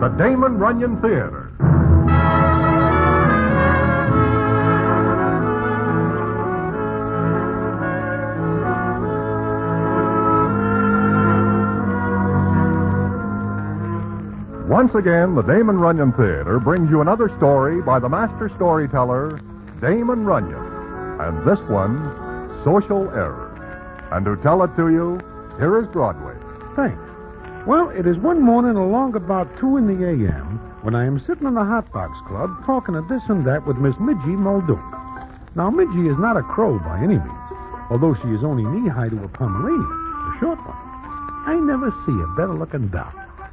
The Damon Runyon Theater. Once again, the Damon Runyon Theater brings you another story by the master storyteller, Damon Runyon. And this one, Social Error. And to tell it to you, here is Broadway. Thanks. Well, it is one morning along about 2 in the a.m. when I am sitting in the Hot Box Club talking of this and that with Miss Midgie Muldoon. Now, Midgie is not a crow by any means, although she is only knee-high to a Pomeranian, a short one. I never see a better-looking doll,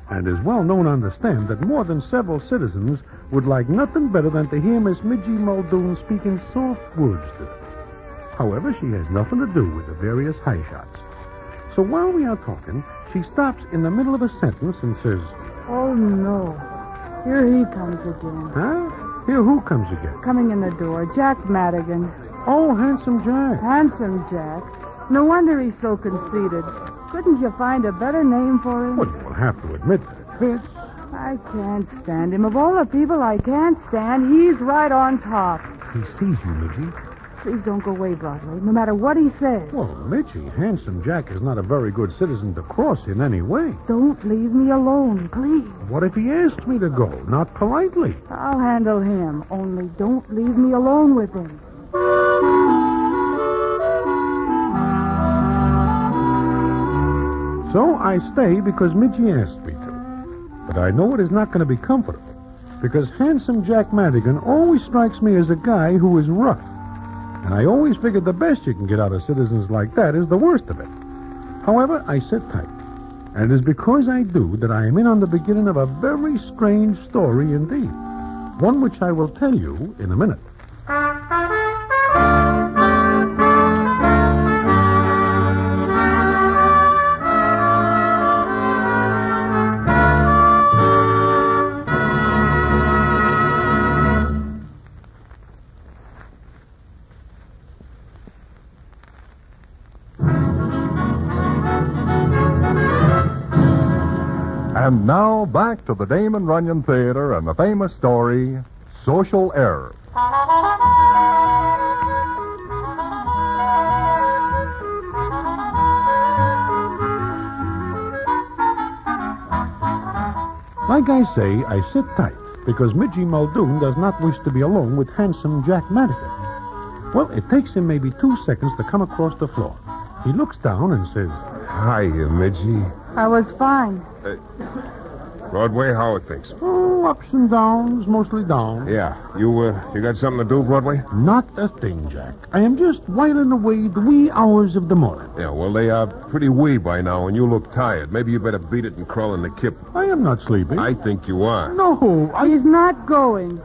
and it is well known on the stand that more than several citizens would like nothing better than to hear Miss Midgie Muldoon speaking soft words to them. However, she has nothing to do with the various high shots. So while we are talking, she stops in the middle of a sentence and says, Oh, no. Here he comes again. Huh? Here who comes again? Coming in the door, Jack Madigan. Oh, handsome Jack. Handsome Jack. No wonder he's so conceited. Couldn't you find a better name for him? Well, you will have to admit that it fits. I can't stand him. Of all the people I can't stand, he's right on top. He sees you, Midgie. Please don't go away, Broadway, no matter what he says. Well, Midgie, handsome Jack is not a very good citizen to cross in any way. Don't leave me alone, please. What if he asks me to go? Not politely. I'll handle him. Only don't leave me alone with him. So I stay because Midgie asked me to. But I know it is not going to be comfortable because handsome Jack Madigan always strikes me as a guy who is rough. And I always figured the best you can get out of citizens like that is the worst of it. However, I sit tight. And it is because I do that I am in on the beginning of a very strange story indeed. One which I will tell you in a minute. And now back to the Damon Runyon Theater and the famous story, Social Error. Like I say, I sit tight because Midgie Muldoon does not wish to be alone with handsome Jack Madigan. Well, it takes him maybe two seconds to come across the floor. He looks down and says, Hi, Midgie. I was fine. Broadway, how are things? Oh, ups and downs, mostly down. Yeah, you uh, you got something to do, Broadway? Not a thing, Jack. I am just whiling away the wee hours of the morning. Yeah, well, they are pretty wee by now, and you look tired. Maybe you better beat it and crawl in the kip. I am not sleeping. I think you are. No, I... He's not going.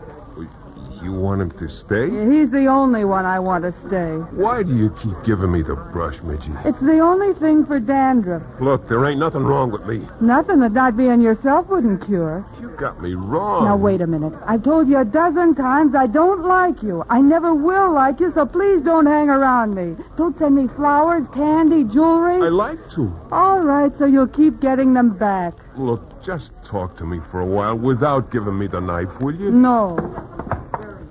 You want him to stay? He's the only one I want to stay. Why do you keep giving me the brush, Midgie? It's the only thing for dandruff. Look, there ain't nothing wrong with me. Nothing that not being yourself wouldn't cure. You got me wrong. Now, wait a minute. I've told you a dozen times I don't like you. I never will like you, so please don't hang around me. Don't send me flowers, candy, I jewelry. like to. All right, so you'll keep getting them back. Look, just talk to me for a while without giving me the knife, will you? No.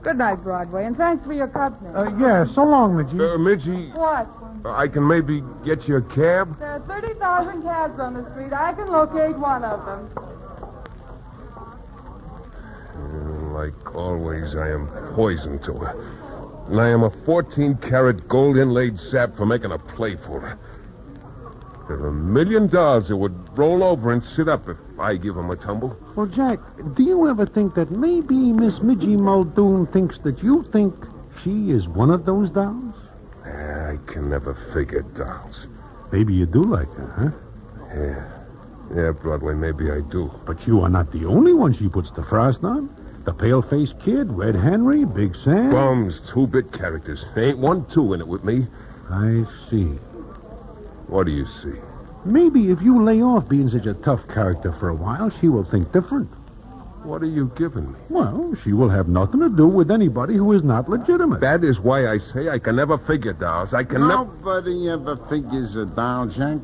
Good night, Broadway, and thanks for your company. Uh, yeah, so long, Midgie. Uh, Midgie, what? I can maybe get you a cab? There are 30,000 cabs on the street. I can locate one of them. Like always, I am poison to her. And I am a 14 karat gold inlaid sap for making a play for her. There are a million dollars that would roll over and sit up if I give them a tumble. Well, Jack, do you ever think that maybe Miss Midgie Muldoon thinks that you think she is one of those dolls? Ah, I can never figure dolls. Maybe you do like her, huh? Yeah. Yeah, Broadway, maybe I do. But you are not the only one she puts the frost on. The pale-faced kid, Red Henry, Big Sam. Bums, two bit characters. There ain't one two in it with me. I see. What do you see? Maybe if you lay off being such a tough character for a while, she will think different. What are you giving me? Well, she will have nothing to do with anybody who is not legitimate. That is why I say I can never figure dolls. I can never. Nobody ever figures a doll, Jack.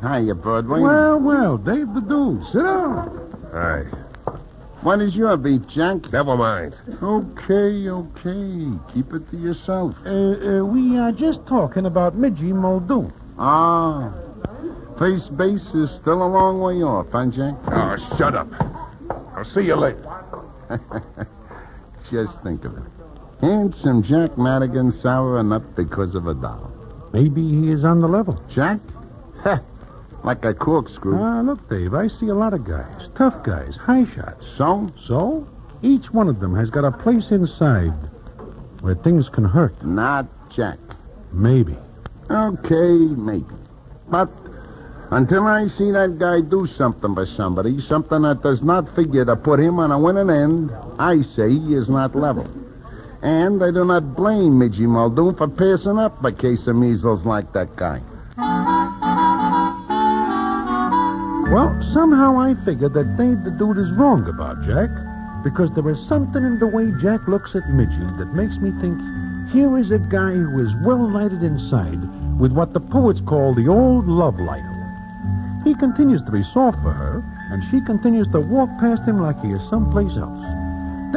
Hiya, Broadway. Well, well, Dave the Dude, sit down. Hi. What is your beef, Jack? Never mind. Okay, okay. Keep it to yourself. Uh, uh, we are just talking about Midgie Muldoon. Ah. First base is still a long way off, huh, Jack? Oh, shut up. I'll see you later. Ah. Just think of it. Handsome Jack Madigan souring up because of a dollar. Maybe he is on the level. Jack? Heh. Like a corkscrew. Ah, look, Dave, I see a lot of guys. Tough guys, high shots. So? So? Each one of them has got a place inside where things can hurt. Not Jack. Maybe. Okay, maybe. But until I see that guy do something for somebody, something that does not figure to put him on a winning end, I say he is not level. And I do not blame Midgie Muldoon for passing up a case of measles like that guy. Well, somehow I figured that Dave the Dude is wrong about Jack because there is something in the way Jack looks at Midgie that makes me think here is a guy who is well lighted inside with what the poets call the old love light. He continues to be soft for her, and she continues to walk past him like he is someplace else.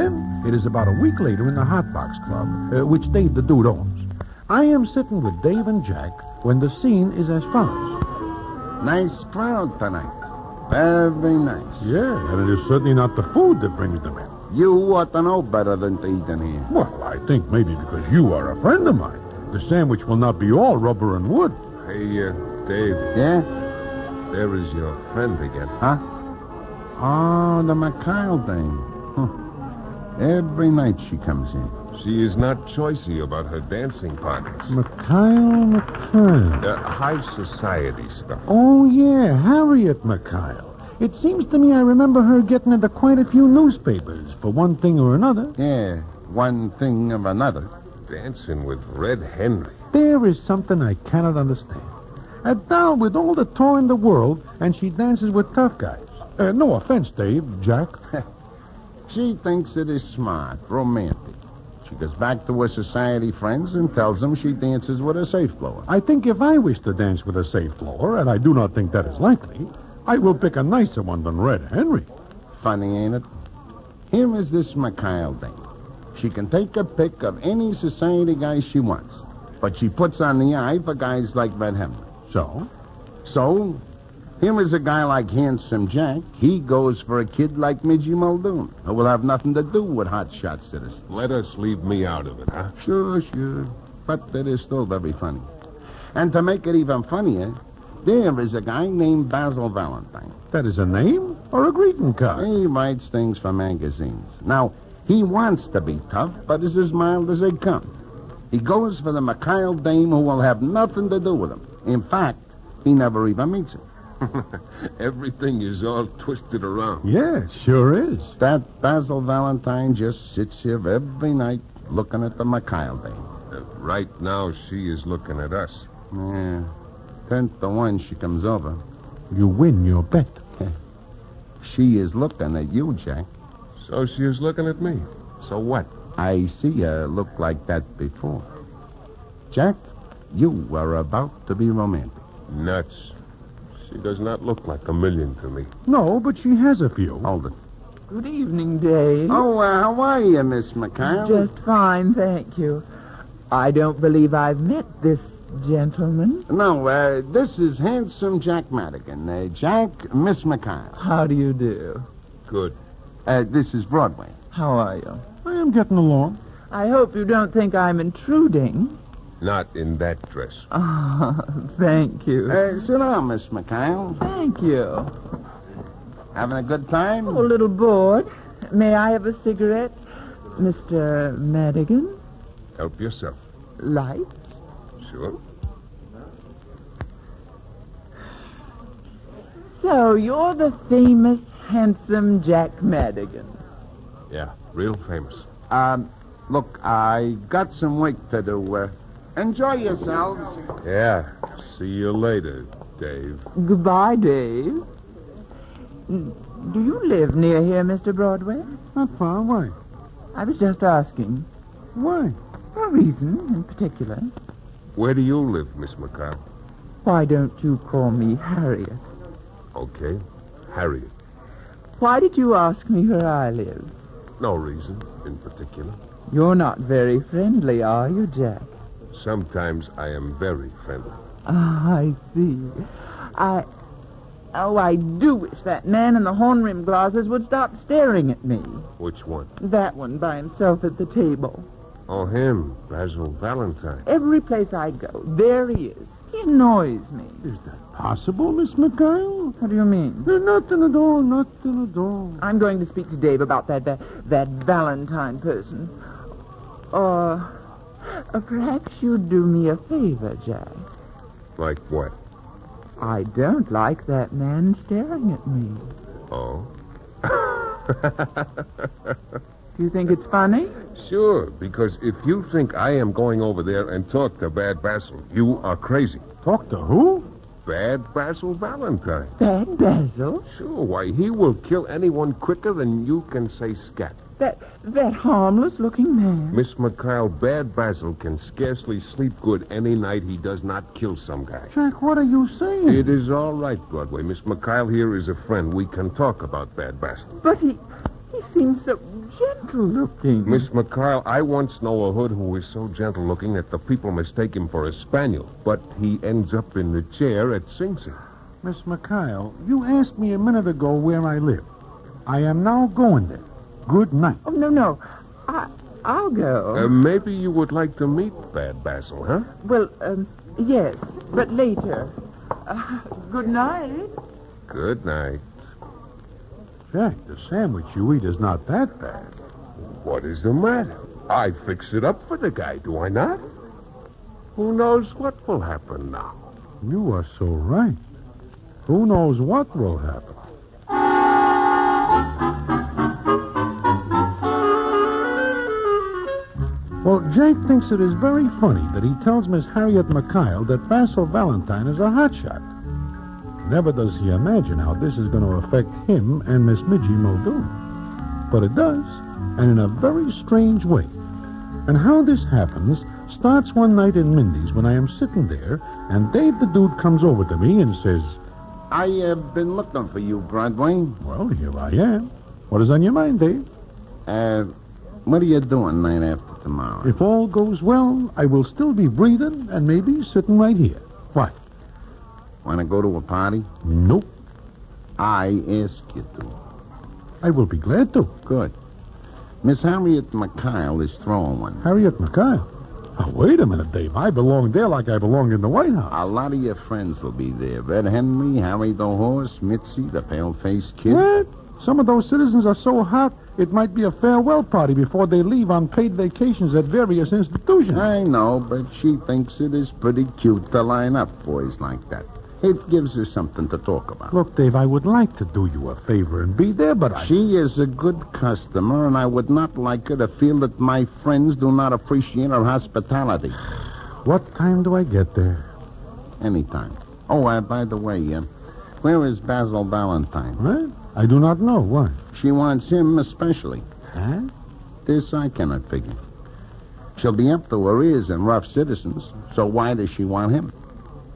Then it is about a week later in the Hotbox Club, uh, which Dave the Dude owns. I am sitting with Dave and Jack when the scene is as follows. Nice crowd tonight. Very nice. Yeah, and it is certainly not the food that brings them in. You ought to know better than to eat in here. Well, I think maybe because you are a friend of mine. The sandwich will not be all rubber and wood. Hey, uh, Dave, Yeah? there is your friend again. Huh? Oh, the Mikhail thing. Every night she comes in. She is not choicy about her dancing partners. Mikhail Oh, Mikhail. Uh, high society stuff. Oh, yeah, Harriet Mikhail. It seems to me I remember her getting into quite a few newspapers for one thing or another. Yeah, one thing of another. Dancing with Red Henry. There is something I cannot understand. A doll with all the toy in the world, and she dances with tough guys. Uh, no offense, Dave, Jack. She thinks it is smart, romantic. She goes back to her society friends and tells them she dances with a safe blower. I think if I wish to dance with a safe floor, and I do not think that is likely, I will pick a nicer one than Red Henry. Funny, ain't it? Here is this Mikhail thing. She can take a pick of any society guy she wants, but she puts on the eye for guys like Red Henry. So? So, here is a guy like Handsome Jack. He goes for a kid like Midgie Muldoon, who will have nothing to do with hot shot citizens. Let us leave me out of it, huh? Sure, sure. But that is still very funny. And to make it even funnier, there is a guy named Basil Valentine. That is a name or a greeting card? He writes things for magazines. Now, he wants to be tough, but is as mild as they come. He goes for the Mikhail dame who will have nothing to do with him. In fact, he never even meets her. Everything is all twisted around. Yeah, sure is. That Basil Valentine just sits here every night looking at the Mikhail dame. Uh, right now, she is looking at us. Yeah. Tenth to one, she comes over. You win your bet. She is looking at you, Jack. So she is looking at me. So what? I see a look like that before. Jack, you were about to be romantic. Nuts. She does not look like a million to me. No, but she has a few. Hold it. Good evening, Dave. Oh, uh, how are you, Miss McKyle? Just fine, thank you. I don't believe I've met this gentleman. No, uh, this is handsome Jack Madigan. Uh, Jack, Miss McKyle. How do you do? Good. Uh, this is Broadway. How are you? I am getting along. I hope you don't think I'm intruding. Not in that dress. Ah, thank you. Uh, sit down, Miss McKyle. Thank you. Having a good time? Oh, a little bored. May I have a cigarette, Mr. Madigan? Help yourself. Light? Sure. So you're the famous, handsome Jack Madigan. Yeah. Real famous. Um, look, I got some work to do. Uh, enjoy yourselves. Yeah. See you later, Dave. Goodbye, Dave. Do you live near here, Mr. Broadway? Not far. Why? I was just asking. Why? No reason in particular. Where do you live, Miss McCall? Why don't you call me Harriet? Okay. Harriet. Why did you ask me where I live? No reason in particular. You're not very friendly, are you, Jack? Sometimes I am very friendly. Ah, I see. I. Oh, I do wish that man in the horn rimmed glasses would stop staring at me. Which one? That one by himself at the table. Oh, him, Basil Valentine. Every place I go, there he is. He annoys me. Is that possible, Miss McGill? Oh, What do you mean? There's nothing at all, nothing at all. I'm going to speak to Dave about that that, that Valentine person. Or, or perhaps you'd do me a favor, Jack. Like what? I don't like that man staring at me. Oh. Do you think it's funny? sure, because if you think I am going over there and talk to Bad Basil, you are crazy. Talk to who? Bad Basil Valentine. That Basil, Sure, why, he will kill anyone quicker than you can say scat. that that harmless looking man. Miss McCall, Bad Basil can scarcely sleep good any night he does not kill some guy. Jack, what are you saying? It is all right, Broadway. Miss McCall here is a friend. We can talk about Bad Basil. But he he seems so gentle Mm-hmm. looking. Miss McCall, I once know a hood who is so gentle looking that the people mistake him for a spaniel, but he ends up in the chair at Sing Sing. Miss McKyle, you asked me a minute ago where I live. I am now going there. Good night. Oh no no, I I'll go. Uh, maybe you would like to meet Bad Basil, huh? well, um, yes, but later. Uh, good night. Good night. Jack, the sandwich you eat is not that bad. What is the matter? I fix it up for the guy, do I not? Who knows what will happen now? You are so right. Who knows what will happen? Well, Jake thinks it is very funny that he tells Miss Harriet McKyle that Basil Valentine is a hotshot. Never does he imagine how this is going to affect him and Miss Midgie Muldoon. But it does, and in a very strange way. And how this happens starts one night in Mindy's when I am sitting there, and Dave the Dude comes over to me and says, I have been looking for you, Broadway. Well, here I am. What is on your mind, Dave? Uh, what are you doing night after tomorrow? If all goes well, I will still be breathing and maybe sitting right here. Why? Want to go to a party? Nope. I ask you to. I will be glad to. Good. Miss Harriet McKyle is throwing one. Harriet McKyle. Oh, wait a minute, Dave. I belong there like I belong in the White House. A lot of your friends will be there. Red Henry, Harry the Horse, Mitzi, the pale-faced kid. What? Some of those citizens are so hot, it might be a farewell party before they leave on paid vacations at various institutions. I know, but she thinks it is pretty cute to line up boys like that. It gives her something to talk about. Look, Dave, I would like to do you a favor and be there, but I. She is a good customer, and I would not like her to feel that my friends do not appreciate her hospitality. What time do I get there? Anytime. Oh, uh, by the way, uh, where is Basil Valentine? What? I do not know. Why? She wants him especially. Huh? This I cannot figure. She'll be up to her ears in rough citizens, so why does she want him?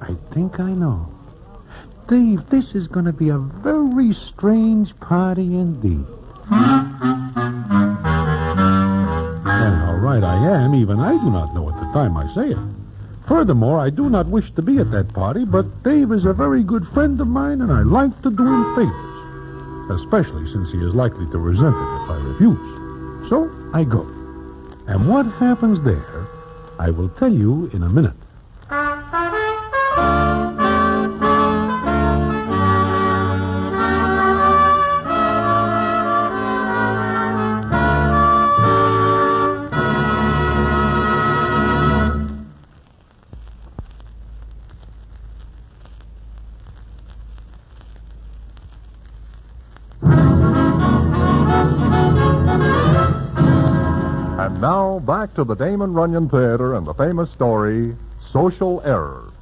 I think I know. Dave, this is going to be a very strange party indeed. And how right I am, even I do not know at the time I say it. Furthermore, I do not wish to be at that party, but Dave is a very good friend of mine, and I like to do him favors, especially since he is likely to resent it if I refuse. So I go. And what happens there, I will tell you in a minute. And now, back to the Damon Runyon Theater and the famous story, Social Error.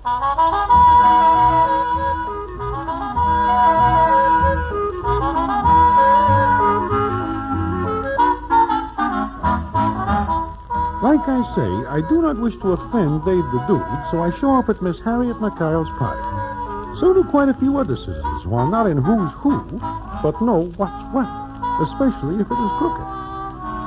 Like I say, I do not wish to offend Dave the Dude, so I show up at Miss Harriet McKyle's party. So do quite a few other cities, while not in who's who, but know what's what, especially if it is crooked.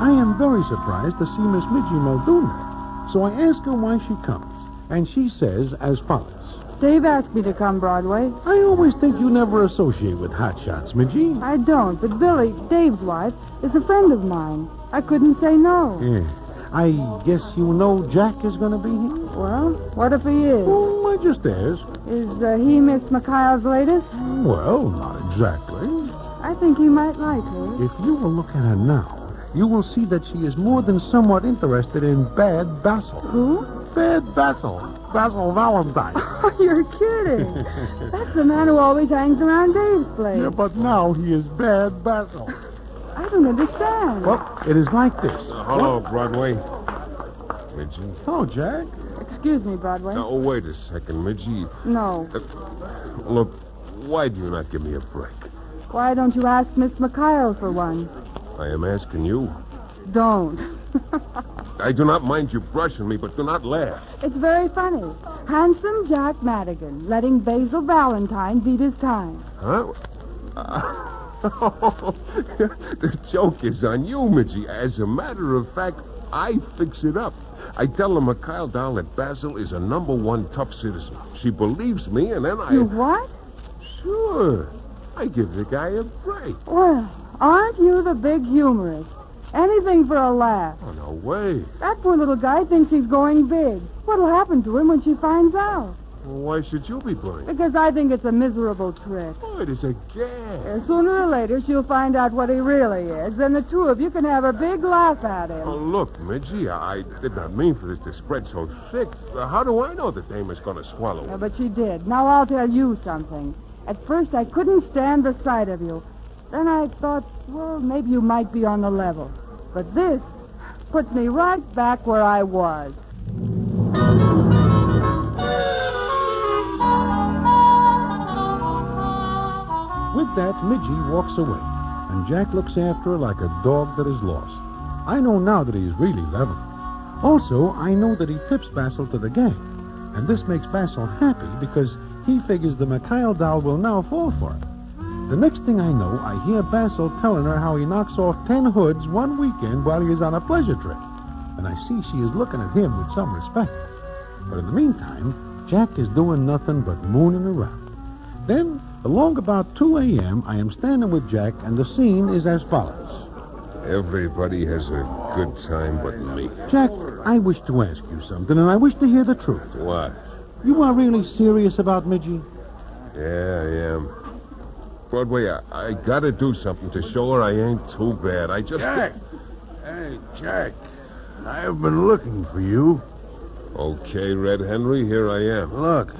I am very surprised to see Miss Midgie Muldoon there, so I ask her why she comes, and she says as follows. Dave asked me to come, Broadway. I always think you never associate with hotshots, Midgie. I don't, but Billy, Dave's wife, is a friend of mine. I couldn't say no. Yeah. Eh, I guess you know Jack is going to be here? Well, what if he is? Oh, I just asked. Is uh, he Miss McKyle's latest? Well, not exactly. I think he might like her. If you will look at her now, you will see that she is more than somewhat interested in Bad Basil. Who? Bad Basil. Basil Valentine. Oh, you're kidding. That's the man who always hangs around Dave's place. yeah, but now he is Bad Basil. I don't understand. Well, it is like this. Uh, Hello, Broadway. Midgie. Hello, Jack. Excuse me, Broadway. Now, oh, wait a second, Midgie. No. Uh, Look, why do you not give me a break? Why don't you ask Miss McKyle for one? I am asking you. Don't. I do not mind you brushing me, but do not laugh. It's very funny. Handsome Jack Madigan letting Basil Valentine beat his time. Huh? Uh, the joke is on you, Midgie. As a matter of fact, I fix it up. I tell the Mikhail doll that Basil is a number one tough citizen. She believes me, and then I. You what? Sure. I give the guy a break. Well, aren't you the big humorist? Anything for a laugh. Oh, no way. That poor little guy thinks he's going big. What'll happen to him when she finds out? Why should you be blamed? Because I think it's a miserable trick. Oh, it is a gag. Uh, Sooner or later, she'll find out what he really is, and the two of you can have a big laugh at Oh, him. look, Midgie, I I did not mean for this to spread so thick. Uh, How do I know the dame is going to swallow Yeah, it? but she did. Now I'll tell you something. At first, I couldn't stand the sight of you. Then I thought, well, maybe you might be on the level. But this puts me right back where I was. With that, Midgie walks away, and Jack looks after her like a dog that is lost. I know now that he's really level. Also, I know that he tips Basil to the gang, and this makes Basil happy because he figures the Mikhail doll will now fall for him. The next thing I know, I hear Basil telling her how he knocks off ten hoods one weekend while he is on a pleasure trip, and I see she is looking at him with some respect. But in the meantime, Jack is doing nothing but mooning around. Then, along about 2 a.m., I am standing with Jack, and the scene is as follows. Everybody has a good time but me. Jack, I wish to ask you something, and I wish to hear the truth. What? You are really serious about Midgie? Yeah, I am. Broadway, I, I gotta do something to show her I ain't too bad. I just. Jack! Hey, Jack. I've been looking for you. Okay, Red Henry, here I am. Look,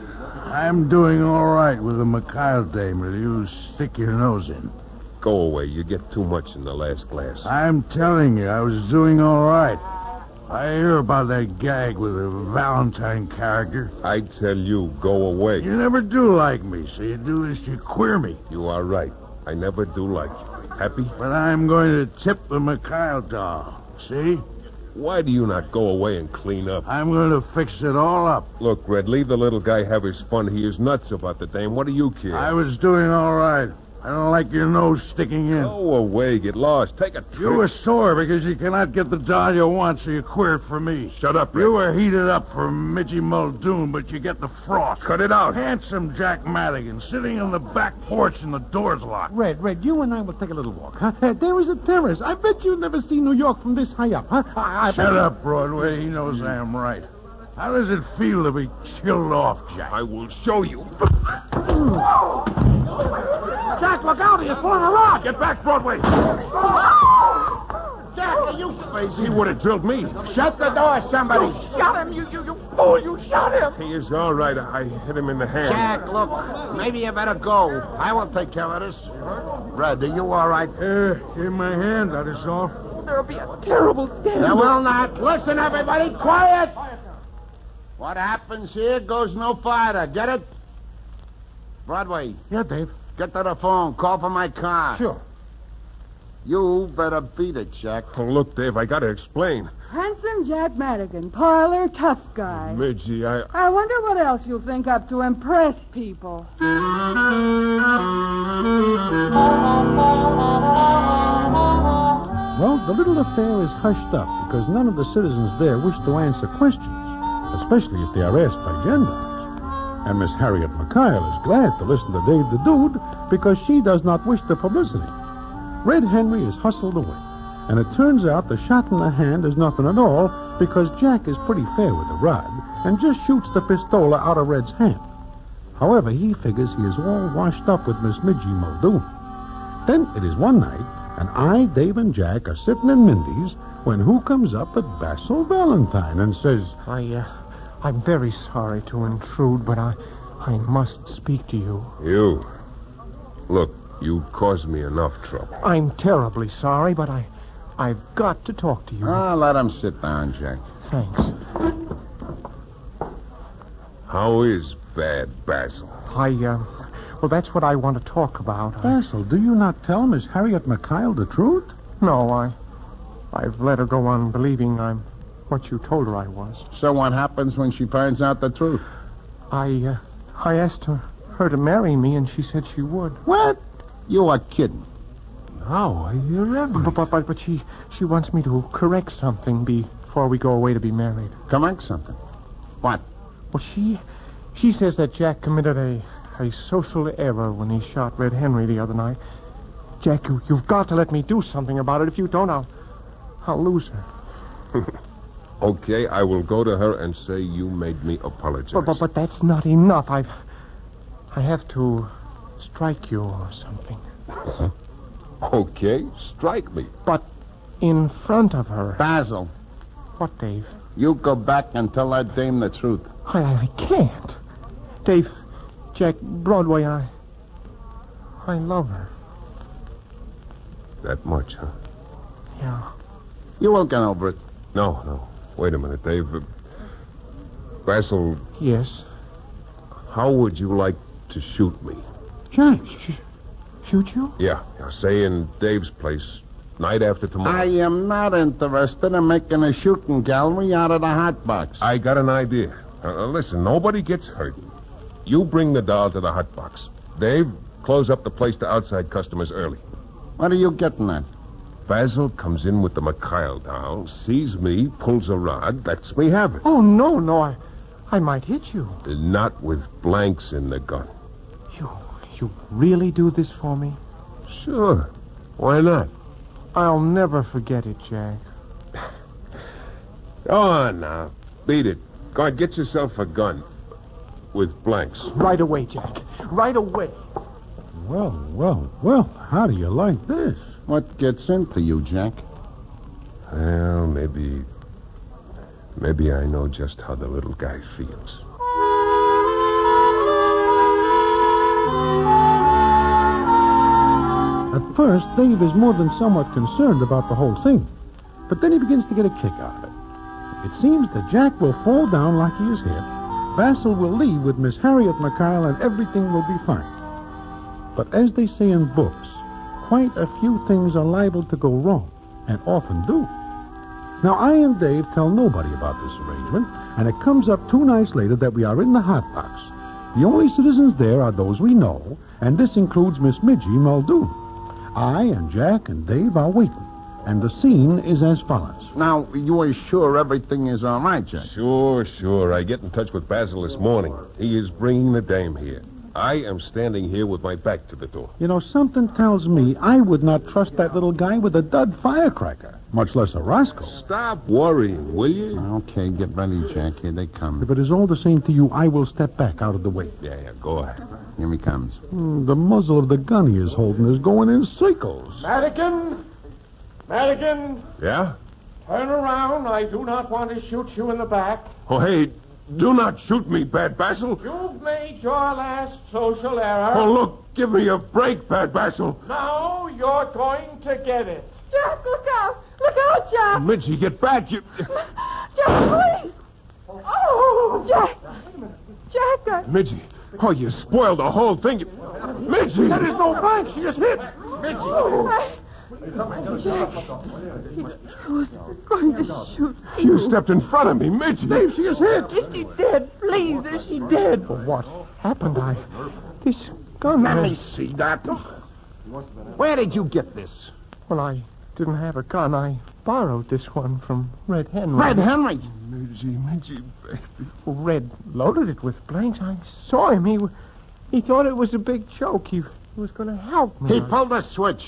I'm doing all right with the Mikhail dame that you stick your nose in. Go away. You get too much in the last glass. I'm telling you, I was doing all right. I hear about that gag with the Valentine character. I tell you, go away. You never do like me, so you do this to queer me. You are right. I never do like you. Happy? But I'm going to tip the Mikhail doll. See? Why do you not go away and clean up? I'm going to fix it all up. Look, Red, leave the little guy have his fun. He is nuts about the dame. What do you care? I was doing all right. I don't like your nose sticking in. Go away. Get lost. Take a trip. You were sore because you cannot get the doll you want, so you queered for me. Shut up, Red. You were heated up for Midgie Muldoon, but you get the frost. Cut it out. Handsome Jack Madigan sitting on the back porch and the door's locked. Red, Red, you and I will take a little walk, huh? Uh, There is a terrace. I bet you've never seen New York from this high up, huh? I, I bet- Shut up, Broadway. He knows I am right. How does it feel to be chilled off, Jack? I will show you. Jack, look out. He is pulling a rock. Get back, Broadway. Jack, are you He would have drilled me. Oh, Shut the door, somebody. Shot him, you, you, you fool! You shot him! He is all right. I hit him in the hand. look. Maybe you better go. I will take care of this. Red, are you all right? Uh, give my hand, that is all. There'll be a terrible There scandal. will not. Listen, everybody, quiet. What happens here goes no farther. Get it? Broadway, Yeah, Dave. get to the phone. Call for my car. Sure. You better beat it, Jack. Oh, look, Dave, I gotta explain. Handsome Jack Madigan, parlor tough guy. Midgie, I. I wonder what else you'll think up to impress people. Well, the little affair is hushed up because none of the citizens there wish to answer questions, especially if they are asked by gendarmes. And Miss Harriet McKyle is glad to listen to Dave the Dude because she does not wish the publicity. Red Henry is hustled away, and it turns out the shot in the hand is nothing at all because Jack is pretty fair with the rod and just shoots the pistola out of Red's hand. However, he figures he is all washed up with Miss Midgie Muldoon. Then it is one night, and I, Dave, and Jack are sitting in Mindy's when who comes up but Basil Valentine and says, I, uh, I'm very sorry to intrude, but I, I must speak to you. You. Look, you caused me enough trouble. I'm terribly sorry, but I, I've got to talk to you. Ah, let him sit down, Jack. Thanks. How is bad Basil? I, uh, well, that's what I want to talk about. I- Basil, do you not tell Miss Harriet McKyle the truth? no, I, I've let her go on believing I'm what you told her I was. So what happens when she finds out the truth? I, uh, I asked her, her to marry me, and she said she would. What? You are kidding. How are you But, but, but, but she, she wants me to correct something before we go away to be married. Come on, something. What? Well, she, she says that Jack committed a, a social error when he shot Red Henry the other night. Jack, you, you've got to let me do something about it. If you don't, I'll, I'll lose her. Okay, I will go to her and say you made me apologize. But, but, but that's not enough. I've, I have to strike you or something. Uh-huh. Okay, strike me. But in front of her. Basil, What, Dave? you go back and tell that dame the truth. I, I can't. Dave, Jack, Broadway, I, I love her. That much, huh? Yeah. You will get over it. No, no. Wait a minute, Dave. Uh, Basil, Yes. how would you like to shoot me? Jack, sh- shoot you? Yeah, yeah, say in Dave's place, night after I tomorrow. am not interested in making a shooting gallery out of the hot box. I got an idea. Uh, uh, listen, nobody gets hurt. You bring the doll to the hot box. Dave, close up the place to outside customers early. What are you getting at? Basil comes in with the Mikhail doll, sees me, pulls a rod, lets me have it. Oh, no, no, I, I might hit you. Not with blanks in the gun. You, you really do this for me? Sure. Why not? I'll never forget it, Jack. Go on now. Beat it. Go on, get yourself a gun. With blanks. Right away, Jack. Right away. Well, well, well, how do you like this? What gets into you, Jack? Well, maybe. Maybe I know just how the little guy feels. At first, Dave is more than somewhat concerned about the whole thing, but then he begins to get a kick out of it. It seems that Jack will fall down like he is hit, Basil will leave with Miss Harriet McKyle, and everything will be fine. But as they say in books, quite a few things are liable to go wrong, and often do. Now, I and Dave tell nobody about this arrangement, and it comes up two nights later that we are in the hot box. The only citizens there are those we know, and this includes Miss Midgie Muldoon. I and Jack and Dave are waiting, and the scene is as follows. Now, you are sure everything is all right, Jack? Sure, sure. I get in touch with Basil this morning. He is bringing the dame here. I am standing here with my back to the door. You know, something tells me I would not trust that little guy with a dud firecracker, much less a Roscoe. Stop worrying, will you? Okay, get ready, Jack. Here they come. If it is all the same to you, I will step back out of the way. Yeah, yeah, go ahead. Here he comes. Hmm, the muzzle of the gun he is holding is going in circles. Madigan! Madigan! Yeah? Turn around. I do not want to shoot you in the back. Oh, hey, do not shoot me, Bad Basil. You've made your last social error. Oh, look, give me a break, Bad Basil. Now you're going to get it. Jack, look out! Look out, Jack! Mitzi, get back. You... Jack, please! Oh, Jack! Jack, I... Midgie. Oh, you spoiled the whole thing. Midgie! That is no bank. She is hit. Midgie. Oh, I, Who's going to shoot You stepped in front of me, Midge. Dave, she is hit. Is she dead? Please, is she dead? What happened? I. This gun. Let I- me see that. Where did you get this? Well, I didn't have a gun. I borrowed this one from Red Henry. Red Henry. Midgey, Midgey, baby. Red loaded it with blanks. I saw him. He w- he thought it was a big joke. He was going to help me. He pulled the switch.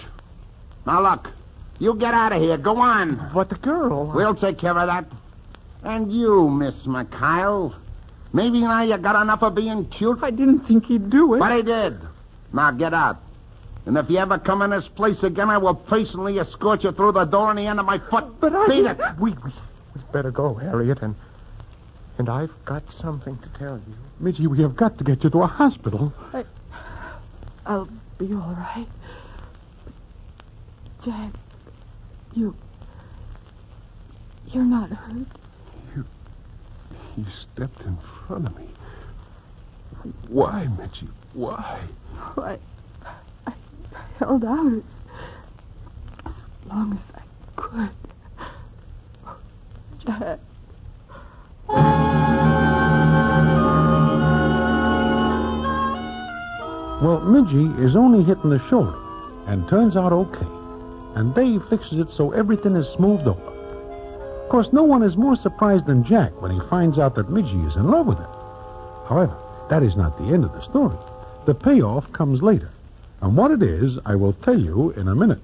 Now look, you get out of here. Go on. But the uh, girl. We'll take care of that. And you, Miss McKyle. Maybe now you got enough of being cute. I didn't think he'd do it. But I did. Now get out. And if you ever come in this place again, I will personally escort you through the door on the end of my foot. But I- Beat it. We, we we'd better go, Harriet, and and I've got something to tell you. Midgie, we have got to get you to a hospital. I'll be all right. Jack, you. You're not hurt. You stepped in front of me. Why, Midgey? Why? I, I held out as, as long as I could. Jack. Well, Midgie is only hit in the shoulder and turns out okay. And Dave fixes it so everything is smoothed over. Of course, no one is more surprised than Jack when he finds out that Midgie is in love with him. However, that is not the end of the story. The payoff comes later. And what it is, I will tell you in a minute.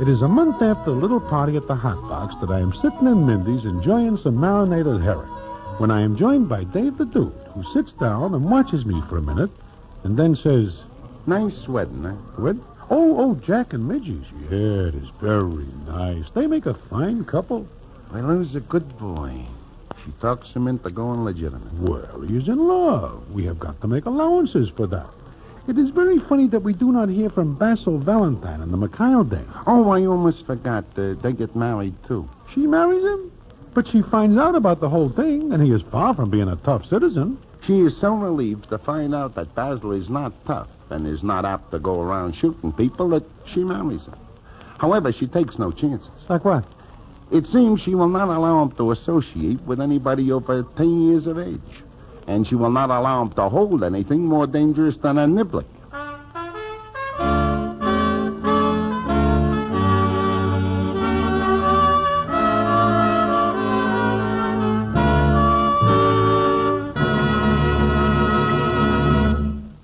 It is a month after the little party at the hot box that I am sitting in Mindy's enjoying some marinated herring when I am joined by Dave the Dude, who sits down and watches me for a minute and then says, Nice wedding, huh? What? Oh, oh, Jack and Midgie's. Yeah, it is very nice. They make a fine couple. Well, he was a good boy. She talks him into going legitimate. Well, he's in love. We have got to make allowances for that. It is very funny that we do not hear from Basil Valentine on the Mikhail Day. Oh, I almost forgot. Uh, they get married, too. She marries him, but she finds out about the whole thing, and he is far from being a tough citizen. She is so relieved to find out that Basil is not tough and is not apt to go around shooting people that she marries him. However, she takes no chances. Like what? It seems she will not allow him to associate with anybody over 10 years of age. And she will not allow him to hold anything more dangerous than a niblick.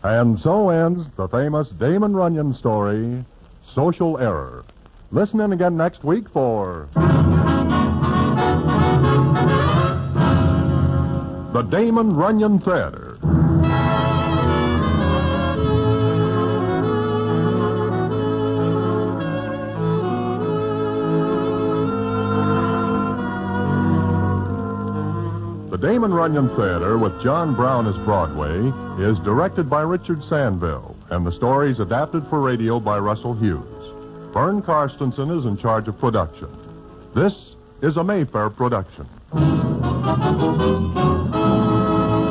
And so ends the famous Damon Runyon story, Social Error. Listen in again next week for. The Damon Runyon Theater. The Damon Runyon Theater with John Brown as Broadway is directed by Richard Sandville, and the story is adapted for radio by Russell Hughes. Vern Karstensen is in charge of production. This is a Mayfair production.